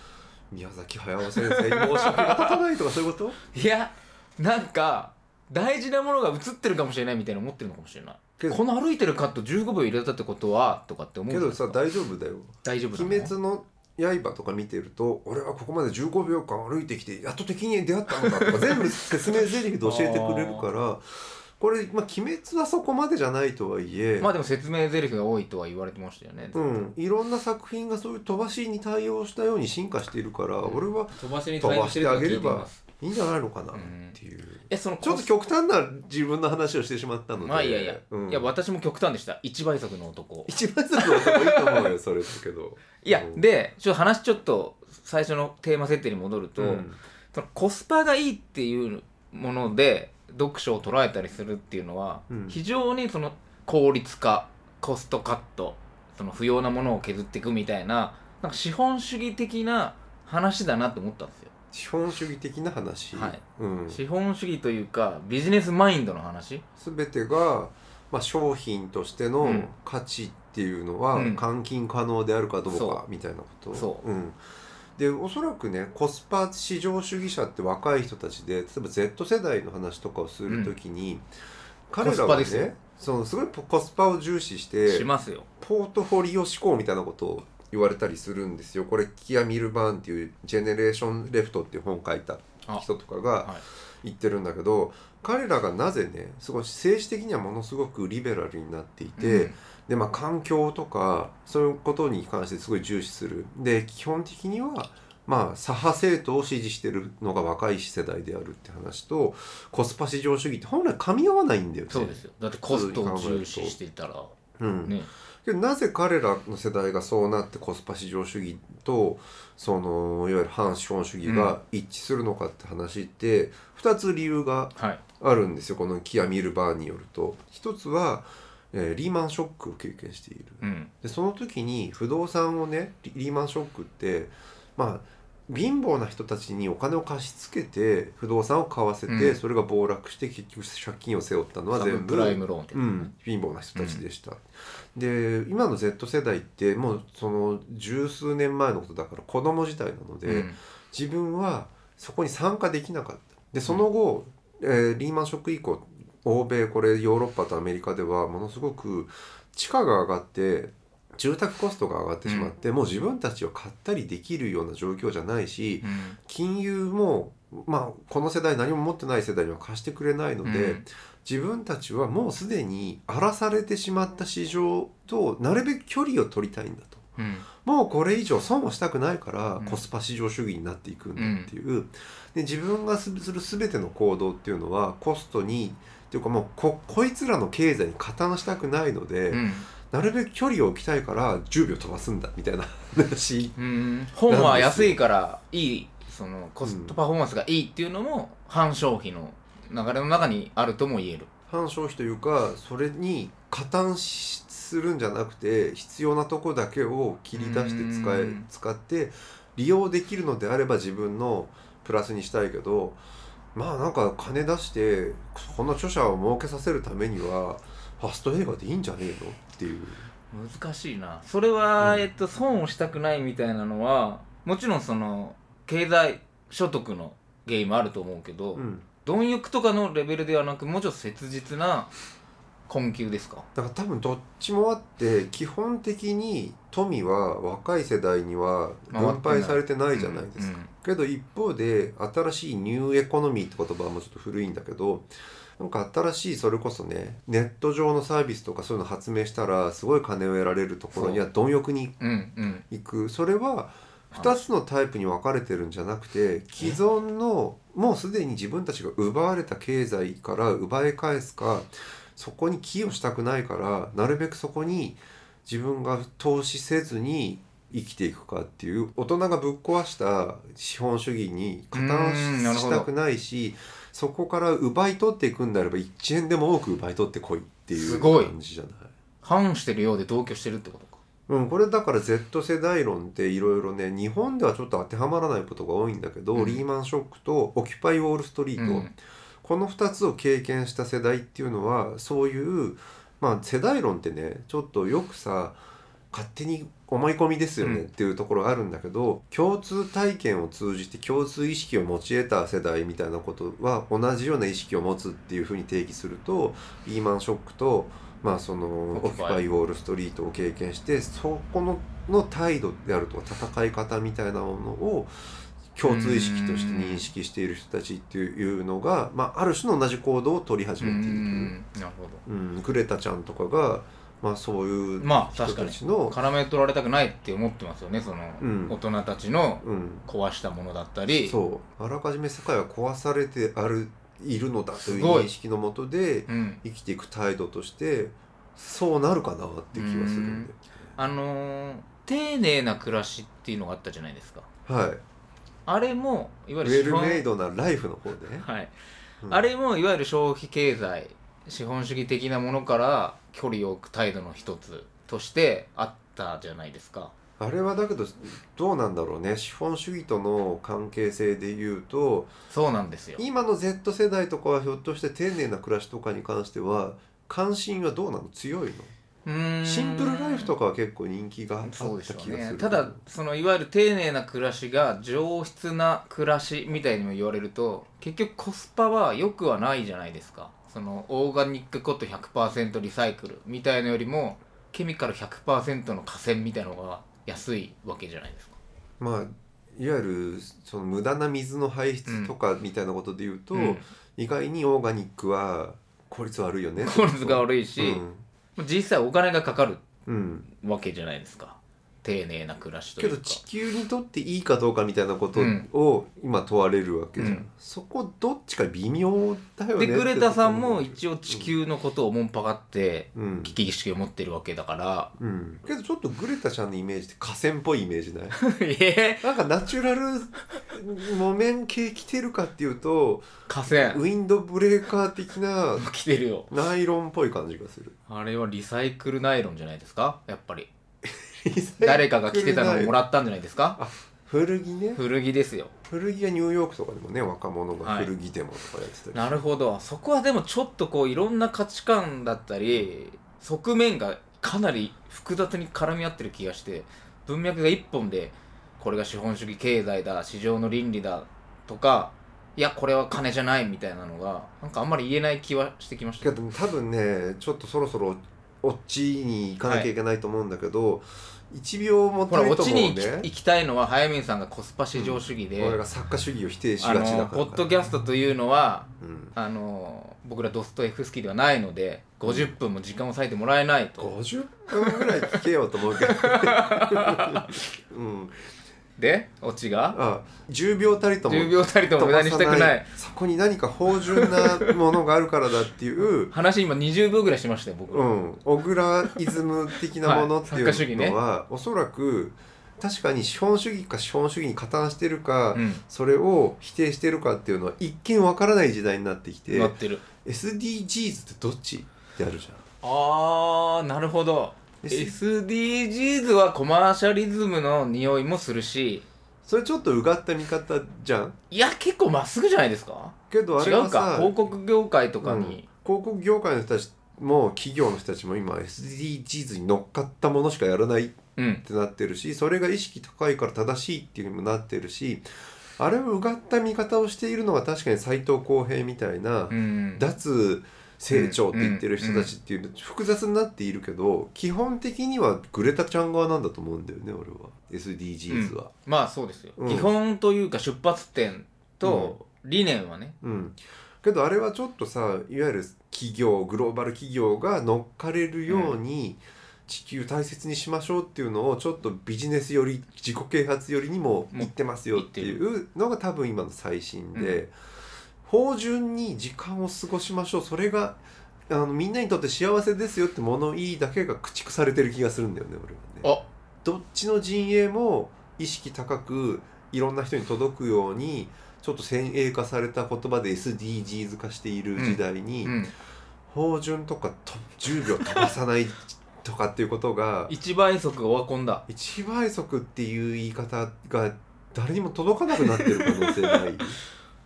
宮崎駿先生に申し訳が立たないとかそういうこと
いやなんか大事なものが映ってるかもしれないみたいな思ってるのかもしれない
け
こ
ど
の歩いてるカット15秒入れたってことはとかって思う
けどさ大丈夫だよ
大丈
「
夫なの
鬼滅の刃」とか見てると俺はここまで15秒間歩いてきてやっと敵に出会ったんだと か全部説明台詞で教えてくれるからこれ、まあ、鬼滅はそこまでじゃないとはいえ、
まあでも説明台詞が多いとは言われてましたよね、
うん、いろんな作品がそういう飛ばしに対応したように進化しているから、俺は
飛ばしに対応してるから聞いてみます
いいんじゃないのかなっ
うん
ていう、
えその
ちょっと極端な自分の話をしてしまったので
まあいやいや、
うん
いや私も極端でした一倍速の男
一番ずつの男いいと思うよそれだけど
いや、
うん
でちょっと話ちょっと最初のテーマ設定に戻ると、
うん
そのコスパがいいっていうもので読書を捉えたりするっていうのは、
うん
非常にその効率化コストカットその不要なものを削っていくみたいななんか資本主義的な話だなって思ったんですよ、
資本主義的な話、
はい
うん、
資本主義というかビジネスマインドの話
全てが、まあ、商品として
う
の
ん
価値っていうのは
うん
換金可能であるかどう
そ
かみたいなこと
そう
うん、でおそらくねコスパ至上主義者って若い人たちで例えば Z 世代の話とかをするときに、彼ら
コスパ
は
ですよ
ねそのすごいコスパを重視して
しますよ、
ポートフォリオ思考みたいなことを言われたりするんですよこれキア・ミルバーンっていう「ジェネレーション・レフト」っていう本を書いた人とか
あは
が
い
言ってるんだけど、彼らがなぜねすごい政治的にはものすごくリベラルになっていて、
うん
でまあ環境とかそういうことに関してすごい重視するで基本的にはまあ左派政党を支持してるのが若い世代であるって話とコスパ至上主義って本来噛み合わないんだよね。
そうですよだってコストを重視していたら
うん、
ね
けどなぜ彼らの世代がそうなってコスパ至上主義とそのいわゆる反資本主義が一致するのかって話って2つ理由が
はい
あるんですよこのキア・ミルバーンによると1つは、えーリーマンショックを経験している
うん
でその時に不動産をねリリーマンショックってまあ貧乏な人たちにお金を貸し付けて不動産を買わせて、
うん
それが暴落して結局借金を背負ったのは
サ
全
ブ
部
プライムローンってやつ
う
ね
ん、貧乏な人たちでした、で今の Z 世代ってもうその十数年前のことだから子供自体なので、
うん
自分はそこに参加できなかったでその後、えーリーマンショック以降欧米これヨーロッパとアメリカではものすごく地価が上がって住宅コストが上がってしまって、もう自分たちを買ったりできるような状況じゃないし、
うん
金融も、まあ、この世代何も持ってない世代には貸してくれないので、
うん
自分たちはもうすでに荒らされてしまった市場となるべく距離を取りたいんだと
うん
もうこれ以上損をしたくないから
うん
コスパ市場主義になっていくんだっていう、で自分がすする全ての行動っていうのはコストにっていうかもうここいつらの経済に加担したくないので、
うん
なるべく距離を置きたいから10秒飛ばすんだみたいな話
うん本は安いからいいそのコストパフォーマンスがいいっていうのも反消費の流れの中にあるとも言える
反消費というかそれに加担しするんじゃなくて必要なとこだけを切り出して使
う
え
ん
使って利用できるのであれば自分のプラスにしたいけどまあなんか金出してこの著者を儲けさせるためにはファスト映画でいいんじゃねえのっていう
難しいなそれは、
うん
えっと損をしたくないみたいなのはもちろんその経済所得の原因もあると思うけど、
うん
貪欲とかのレベルではなくもうちょっと切実な困窮ですか
だから多分どっちもあって基本的に富は若い世代には分配されてないじゃないですか。
うん
けど一方で新しいニューエコノミーって言葉はもうちょっと古いんだけどなんか新しいそれこそねネット上のサービスとかそういうの発明したらすごい金を得られるところには貪欲に
うんうん
行くそれは2つのタイプに分かれてるんじゃなくて既存のもうすでに自分たちが奪われた経済から奪い返すかそこに寄与したくないからなるべくそこに自分が投資せずに生きていくかっていう大人がぶっ壊した資本主義に加担し
うんなるほ
し
ど
たくないしそこから奪い取っていくんであれば1円でも多く奪い取ってこいってい
す
う
ごい
感じじゃない
反してるようで同居してるってことか
うん、これだから Z 世代論っていろいろね日本ではちょっと当てはまらないことが多いんだけど、
うん
リーマンショックとオキュパイ・ウォール・ストリート、
うん
この2つを経験した世代っていうのはそういう、まあ、世代論ってねちょっとよくさ勝手に思い込みですよね
う
っ
ん
ていうところがあるんだけど、共通体験を通じて共通意識を持ち得た世代みたいなことは同じような意識を持つっていうふうに定義するとリーマンショックと、まあ、そのオ
オ
キ
キ
ュ
ュ
パ
パ
イ・
イ
ウォール・ストリートを経験してそこのの態度であるとか戦い方みたいなものを共通意識として認識している人たちっていうのが、まあ、ある種の同じ行動を取り始
うんう
めている。
んなるほど
うん、グレタちゃんとかが、まあ、そういう
まあ
人
確か
た
に
ちの、
絡め取られたくないって思ってますよねその、
うん
大人たちの
うん、
壊したものだったり
そうあらかじめ世界は壊されてあるいるのだとい
す
う
ごい
認識のもとで
うん、
生きていく態度としてそうなるかなって気はするんで、
あのー丁寧な暮らしっていうのがあったじゃないですか
はい、
あれもいわ
ウ
ゆる
ェルメイドなライフの方でね、
はい
うん
あれもいわゆる消費経済資本主義的なものから距離を置く態度の一つとしてあったじゃないですか
あれはだけどどうなんだろうね資本主義との関係性で言うと
そうなんですよ
今の Z 世代とかはひょっとして丁寧な暮らしとかに関しては関心はどうなの強いの
うーん
シンプルライフとかは結構人気があった
そうでしょ
気
う
がす
ね
る。
ただそのいわゆる丁寧な暮らしが上質な暮らしみたいにも言われると結局コスパは良くはないじゃないですかそのオーガニックコットン100%リサイクルみたいのよりもケミカル100%の河川みたいのが安いわけじゃないですか
まあいわゆるその無駄な水の排出とかみたいなことで言うと、
うん
意外にオーガニックは効率悪いよね。
効率が悪いし、実際お金がかかる
うん、うん
わけじゃないですか丁寧な暮らしとい
け
うか
ど地球にとっていいかどうかみたいなこと
うん
を今問われるわけじゃん。
うん
そこどっちか微妙だよね
で
って
グレタさんも
応、
一応地球のことをおもんぱかって
うん
危機意識を持ってるわけだ から、
うん、けどちょっとグレタちゃんのイメージって河川っぽいイメージない
え
なんかナチュラル木綿系着てるかっていうと
河川
ウィンドブレーカー的な
来てるよ
ナイロンっぽい感じがする。
あれはリサイクルナイロンじゃないですかやっぱり 誰かが着てたのをもらったんじゃないですか
古着ね。
古着ですよ
古着はニューヨークとかでもね、若者が
はい
古着デモとかやってたり。
なるほどそこはでもちょっとこういろんな価値観だったり側面がかなり複雑に絡み合ってる気がして文脈が一本でこれが資本主義経済だ市場の倫理だとかいやこれは金じゃないみたいなのがなんかあんまり言えない気はしてきまし
け
た
ど多分ね、ちょっとそろそろオッチに行かなきゃいけないと思うんだけど、一秒も
ほ
た
ら
り
オ
と
チ
も
に行き
ね
行、きたいのは早見さんがコスパ至上主義で、
俺が作家主義を否定しが
あ
ちだから
のポッドキャストというのは
うん。
あの僕らドストエフスキーではないので50分も時間を割いてもらえないと
50分ぐらい聞けよと思うけど。うん。
でオチが
あ、10秒たりとも。
10秒たりとも無駄にしたく
飛ばさ
ない
そこに何か芳醇なものがあるからだっていう。
話今20秒ぐらいしましたよ僕
う
ら
ん、小倉イズム的なものってい
はい作家主義
う
ね
のは、おそらく確かに資本主義か資本主義に加担してるか、
うん
それを否定してるかっていうのは一見わからない時代になってきて、
なってる
SDGs ってどっちってあるじゃ
あーなるほど
S-
SDGs はコマーシャリズムの匂いもするし
それちょっとうがった見方じゃん
いや結構まっすぐじゃないですか
けどあ
違
れは
うか
さ
広告業界とかに、
広告業界の人たちも企業の人たちも今 SDGs に乗っかったものしかやらないっ
うん
てなってるしそれが意識高いから正しいっていうにもなってるしあれをうがった見方をしているのが確かに斎藤浩平みたいな
うん
脱成長って言ってる人たちっていうの複雑になっているけど基本的にはグレタちゃん側なんだと思うんだよね俺は SDGs は。
まあそうですよ、
うん
基本というか出発点と理念はね、
うん、けどあれはちょっとさいわゆる企業グローバル企業が乗っかれるように、地球大切にしましょうっていうのをちょっとビジネスより自己啓発よりにも言ってますよっていうのが多分今の最新で、芳醇に時間を過ごしましょうそれがあのみんなにとって幸せですよって物言いだけが駆逐されてる気がするんだよね俺はね。
あ
どっちの陣営も意識高くいろんな人に届くようにちょっと先鋭化された言葉で SDGs 化している時代に、
うん、
芳醇とかと10秒飛ばさないとかっていうことが
一倍速オワコンだ
一倍速っていう言い方が誰にも届かなくなってる可能性ない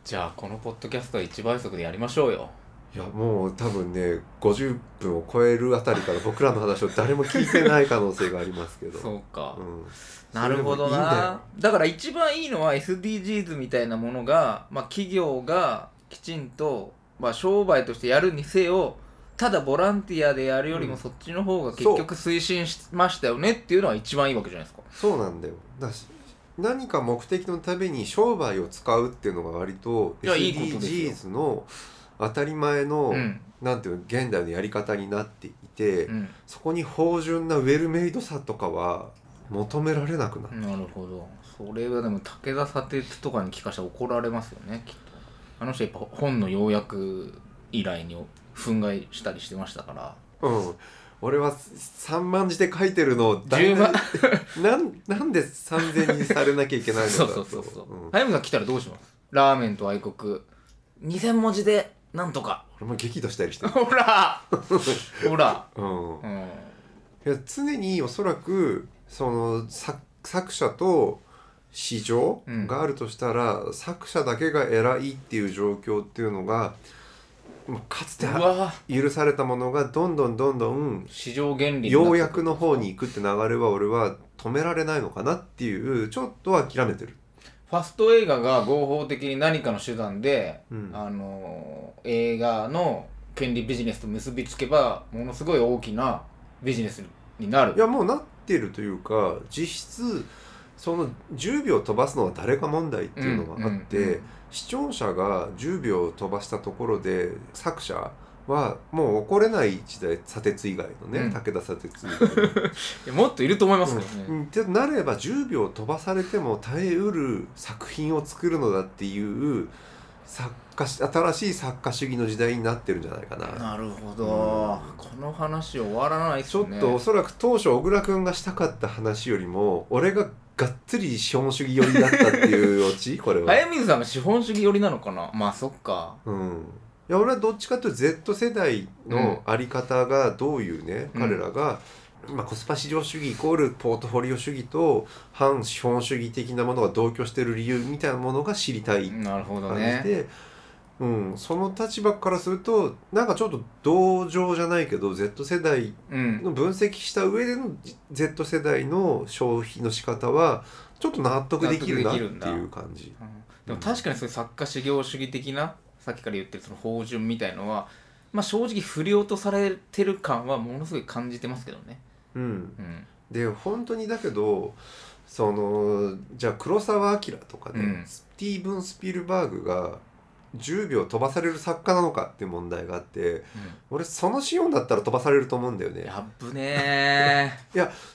じゃあこのポッドキャストは一倍速でやりましょうよ
いやもう多分ね50分を超えるあたりから僕らの話を誰も聞いてない可能性がありますけど。
そうか、
うん
なるほど
それでもいいんだよ
なだから一番いいのは SDGs みたいなものが、まあ、企業がきちんと、まあ、商売としてやるにせよただボランティアでやるより
う
も
ん
そっちの方が結局推進しましたよねっていうのは一番いいわけじゃないですか
そうなんだよだし何か目的のために商売を使うっていうのが割と
いやいいことですよ
SDGs の当たり前の、
うん
なんていうの現代のやり方になっていて、
うん
そこに芳醇なウェルメイドさとかは求められなくなる、
なるほどそれはでも武田砂鉄とかに聞かしたら怒られますよねきっとあの人やっぱ本の要約依頼に憤慨したりしてましたから
うん俺は3万字で書いてるのを
10万
なんなんで3000にされなきゃいけないの
そ
か
う
と
そうそうそう
うん
早見さん来たらどうしますラーメンと愛国2000文字でなんとか
俺も激怒したりしてる、
ほらほら、
うん
うん、
いや常におそらくその作作者と市場
うん
があるとしたら、作者だけが偉いっていう状況っていうのがまあかつて
うわ
許されたものがどんどんどんどん
市場原理になって
要約の方に行くって流れは俺は止められないのかなっていうちょっと諦めてる。
ファスト映画が合法的に何かの手段で、
うん
あのー映画の権利ビジネスと結びつけばものすごい大きなビジネスにないる
やもうなってるというか実質その10秒飛ばすのは誰か問題っていうのがあって、
うんうんうん
視聴者が10秒飛ばしたところで作者はもう怒れない時代砂鉄以外のね、
うん
武田砂鉄以外の
いやもっといると思いますけどね、
うんってなれば10秒飛ばされても耐えうる作品を作るのだっていう作家し新しい作家主義の時代になってるんじゃないかな。
なるほど、この話終わらないっ
ち
す
ょっ
ね
とおそらく当初小倉君がしたかった話よりも俺ががっつり資本主義寄りだったっていうオチこれは、
早水さんが資本主義寄りなのかなまあそっか
うん、いや俺はどっちかというと Z 世代のあり方がどういうね、
うん
彼らが、まあ、コスパ市場主義イコールポートフォリオ主義と反資本主義的なものが同居してる理由みたいなものが知りたい
なるほど
感じ
ね
で、うん、その立場からするとなんかちょっと同情じゃないけど Z 世代
うん
の分析した上での Z 世代の消費の仕方はちょっと納得できるなっていう感じ。
うんでも確かにそういう作家修行主義的なさっきから言ってるその芳醇みたいのは、まあ、正直振り落とされてる感はものすごい感じてますけどね、
うん、
うん、
で本当にだけどそのじゃあ黒澤明とかね、
うん
スティーブン・スピルバーグが10秒飛ばされる作家なのかっていう問題があって俺そのシオンだったら飛ばされると思うんだよ
うん、
ね
やっぶね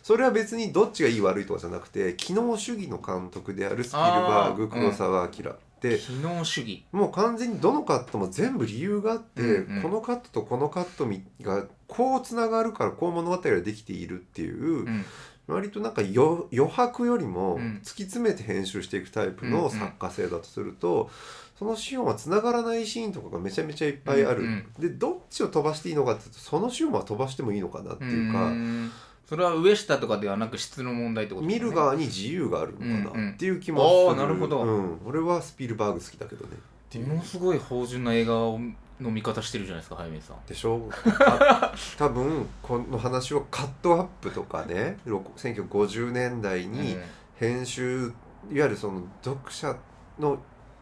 それは別にどっちがいい悪いとかじゃなくて機能主義の監督であるスピルバ
あ
ーグ
ー
黒澤明って、
ー機能主義
もう完全にどのカットも全部理由があって、
うんうん
このカットとこのカットみがこうつながるからこう物語ができているっていう、
うん
割となんか余余白よりも
うん
突き詰めて編集していくタイプ
うんう
の
ん
作家性だとすると、そのシーンはつながらないシーンとかがめちゃめちゃいっぱいある。
うん
でどっちを飛ばしていいのかっていうとそのシーンは飛ばしてもいいのかなって
う
いうか、
んそれは上下とかではなく質の問題ってこと
見る
が
側に自由があるのか
うんう
なんっていう気もする、
あーなるほど
うん、俺はスピルバーグ好きだけどね
ものすごい芳醇な映画をの見方してるじゃないですか早見さん
で しょた多分この話をカットアップとかねろく1950年代に編集、いわゆるその読者の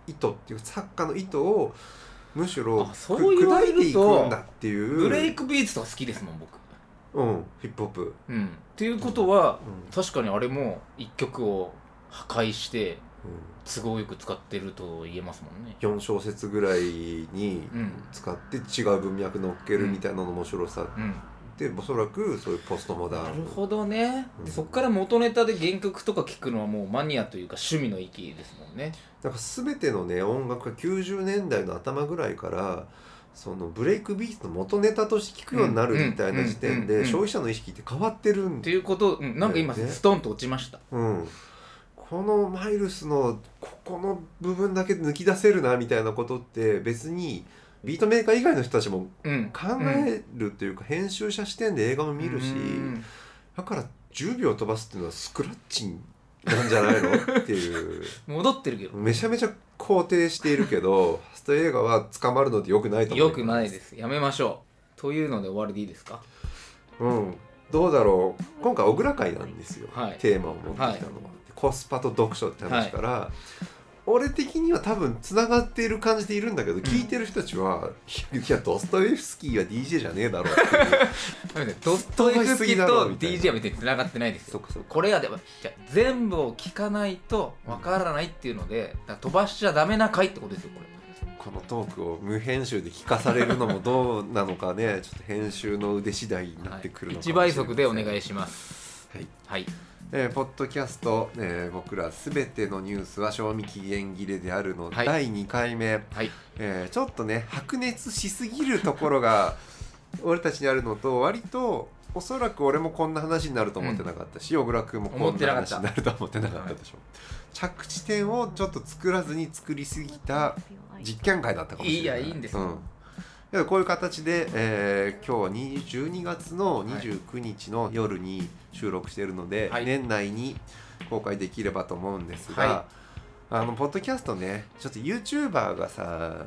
意図っていう作家の意図をむしろ
あ
く
そう言われ
砕
る
い
と
ていくんだっていううん
ブレイクビーツとか好きですもん僕、
うん、ヒップホップ、
うん、っていうことは
う、ん
確かにあれも一曲を破壊して都合よく使ってると言えますもんね
4小節ぐらいに
うん
使って違う文脈乗っけるみたいなのの面白さ
うん
でおそらくそういうポストモダン
なるほどね、
うん
でそこから元ネタで原曲とか聞くのはもうマニアというか趣味の域ですもんね
なんか全てのね音楽が90年代の頭ぐらいからそのブレイクビーツの元ネタとして聞くようになるみたいな時点
うんうんうんうん
で消費者の意識って変わってるん
って
で、
いうこと、うん、なんか今
だよね
ストンと落ちました、
うん、このマイルスのここの部分だけ抜き出せるなみたいなことって別にビートメーカー以外の人たちも
うん、
考えるというか、編集者視点で映画も見るし、
うん
だから10秒飛ばすっていうのはスクラッチなんじゃないのっていう
戻ってるけど
めちゃめちゃ肯定しているけどファスト映画は捕まるのってよくないと思う
よくない
す、
ですやめましょうというので終わりでいいですか
うん、どうだろう今回小倉会なんですよ、
はい
テーマを持ってきたのは、
はい
コスパと読書って話から、俺的には多分つながっている感じでいるんだけど、聞いてる人たちはいやいやドストエフスキーは DJ じゃねえだろうって いう
ドストエフスキーと DJ は別に繋がってないです
そ
よ
っかそっか
これがでもじゃあ全部を聞かないとわからないっていうのでだから飛ばしちゃダメな回ってことですよこれ
このトークを無編集で聞かされるのもどうなのかねちょっと編集の腕次第になってくるのかもし
1
れません
倍速でお願いします
はい
はい
えーポッドキャスト、えー僕らすべてのニュースは賞味期限切れであるの、
はい
第2回目、
はい
えーちょっとね白熱しすぎるとこ ろが俺たちにあるのと割とおそらく俺もこんな話になると思ってなかったし、小倉君もこんな話になるとは思ってなかったでしょ着地点をちょっと作らずに作りすぎた実験会だったかもしれな
い
い
やいいんです
う
よ
んけどこういう形で、えー今日はに12月の29日の夜に収録しているので、
はい
年内に公開できればと思うんですが、
は
あのポッドキャストねちょっと YouTuber がさ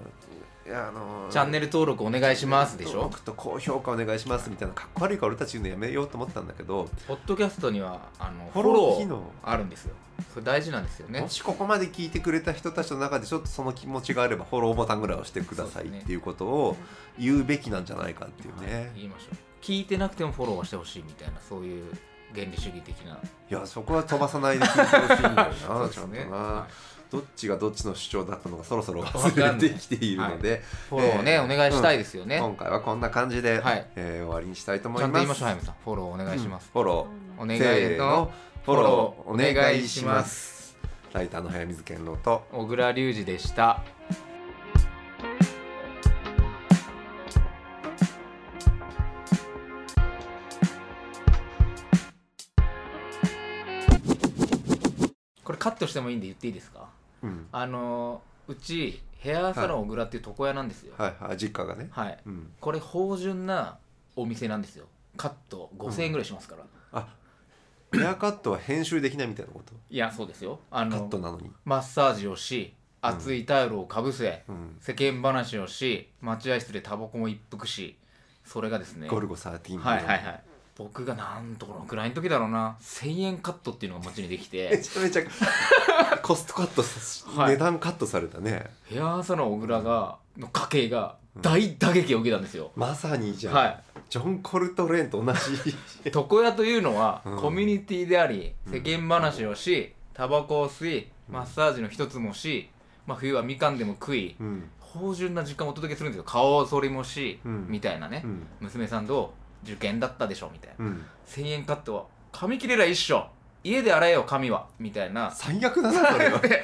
いやあの
チャンネ
ル
ル登録お願いしますでしょ
と高評価お願いしますみたいなかっこ悪いから俺たち言うのやめようと思ったんだけど
ポッドキャストにはあのフ
フォ
ォ
ロー
ロ
機
ー
能
あるんですよそれ大事なんですよね
もしここまで聞いてくれた人たちの中でちょっとその気持ちがあればフォローボタンぐらい押してくだ
そ
さい
うですね
っていうことを言うべきなんじゃないかっていうね。
言いましょう聞いてなくてもフォローはしてほしいみたいなそういう原理主義的ない
やそこは飛ばさないで聞いてほしいん だよな、ちゃんとな、
は
どっちがどっちの主張だったのかそろそろ忘れてきているので、
いフォローをね、
えー
お願いしたいですよね、
今回はこんな感じで、
はい
えー終わりにしたいと思
ち
い
ゃんと
ま
言
す
いましょう早見さんフォローお願いします、
うんフォロ
お願
ー
い
せー
の
のフォローお願いしますライターの早水健郎と
小倉隆二でしたこれカットしてもいいんで言っていいですか
うん
あのうちヘアサロン小倉っていう床屋なんですよ
はいはい実家がね、
はい、
うん、
これ芳醇なお店なんですよカット5000円ぐらいしますから、
あヘアカットは編集できないみたいなこと
いやそうですよあ
カッ
の
トなのに、
マッサージをし熱いタオルをかぶせ、
うん、
世間話をし待合室でタバコも一服しそれがですね
ゴルゴ13みた
はいい
な
はいはい僕がなんとこのくらいの時だろうな1000円カットっていうのが街にでき
め
て
ちゃめちゃコストカットさ、
はい
値段カットされたね
ヘアサロン小倉がの家計が大打撃を受けたんですよ、
まさにじゃん、
はい
ジョン・コルトレーンと同じ
床屋というのは
うん
コミュニティであり、
うん
世間話をしタバコを吸いマッサージの一つもし、まあ、冬はみかんでも食い
うん
芳醇な時間をお届けするんですよ顔を剃りもし、
うん
みたいなね、
うん
娘さんと受験だったでしょみたいな、
うん
1000円カットは髪切れりゃ一緒家で洗えよ髪はみたいな
最悪だなそれ は
で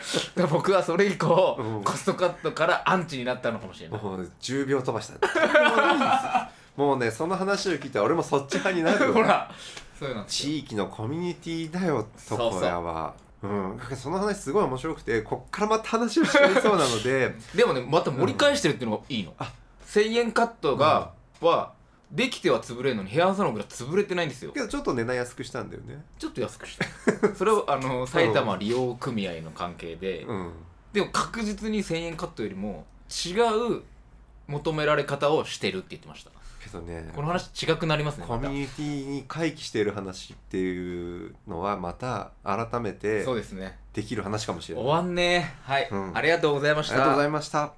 僕はそれ以降、
うん
コストカットからアンチになったのかもしれない
もう10秒飛ばした10秒もうねその話を聞いたら俺もそっち派にな る
ほらそういうの
地域のコミュニティだよ床屋はうん、その話すごい面白くてこっからまた話をしちゃいそうなので
でもねまた盛り返してるっていうのがいいの、1000円カットが、はできては潰れるのにヘアサロンぐらい潰れてないんですよ
けどちょっと値段安くしたんだよね
ちょっと安くした それはあの埼玉利用組合の関係で、
うん
でも確実に1000円カットよりも違う求められ方をしてるって言ってました
けどね
この話違くなりますね
コ
ま
ミ
た
ュニティに回帰している話っていうのはまた改めて
そうですね
できる話かもしれな
終
い
わんねはい、
うん
ありがとうございまし
あ
た
りがとうございました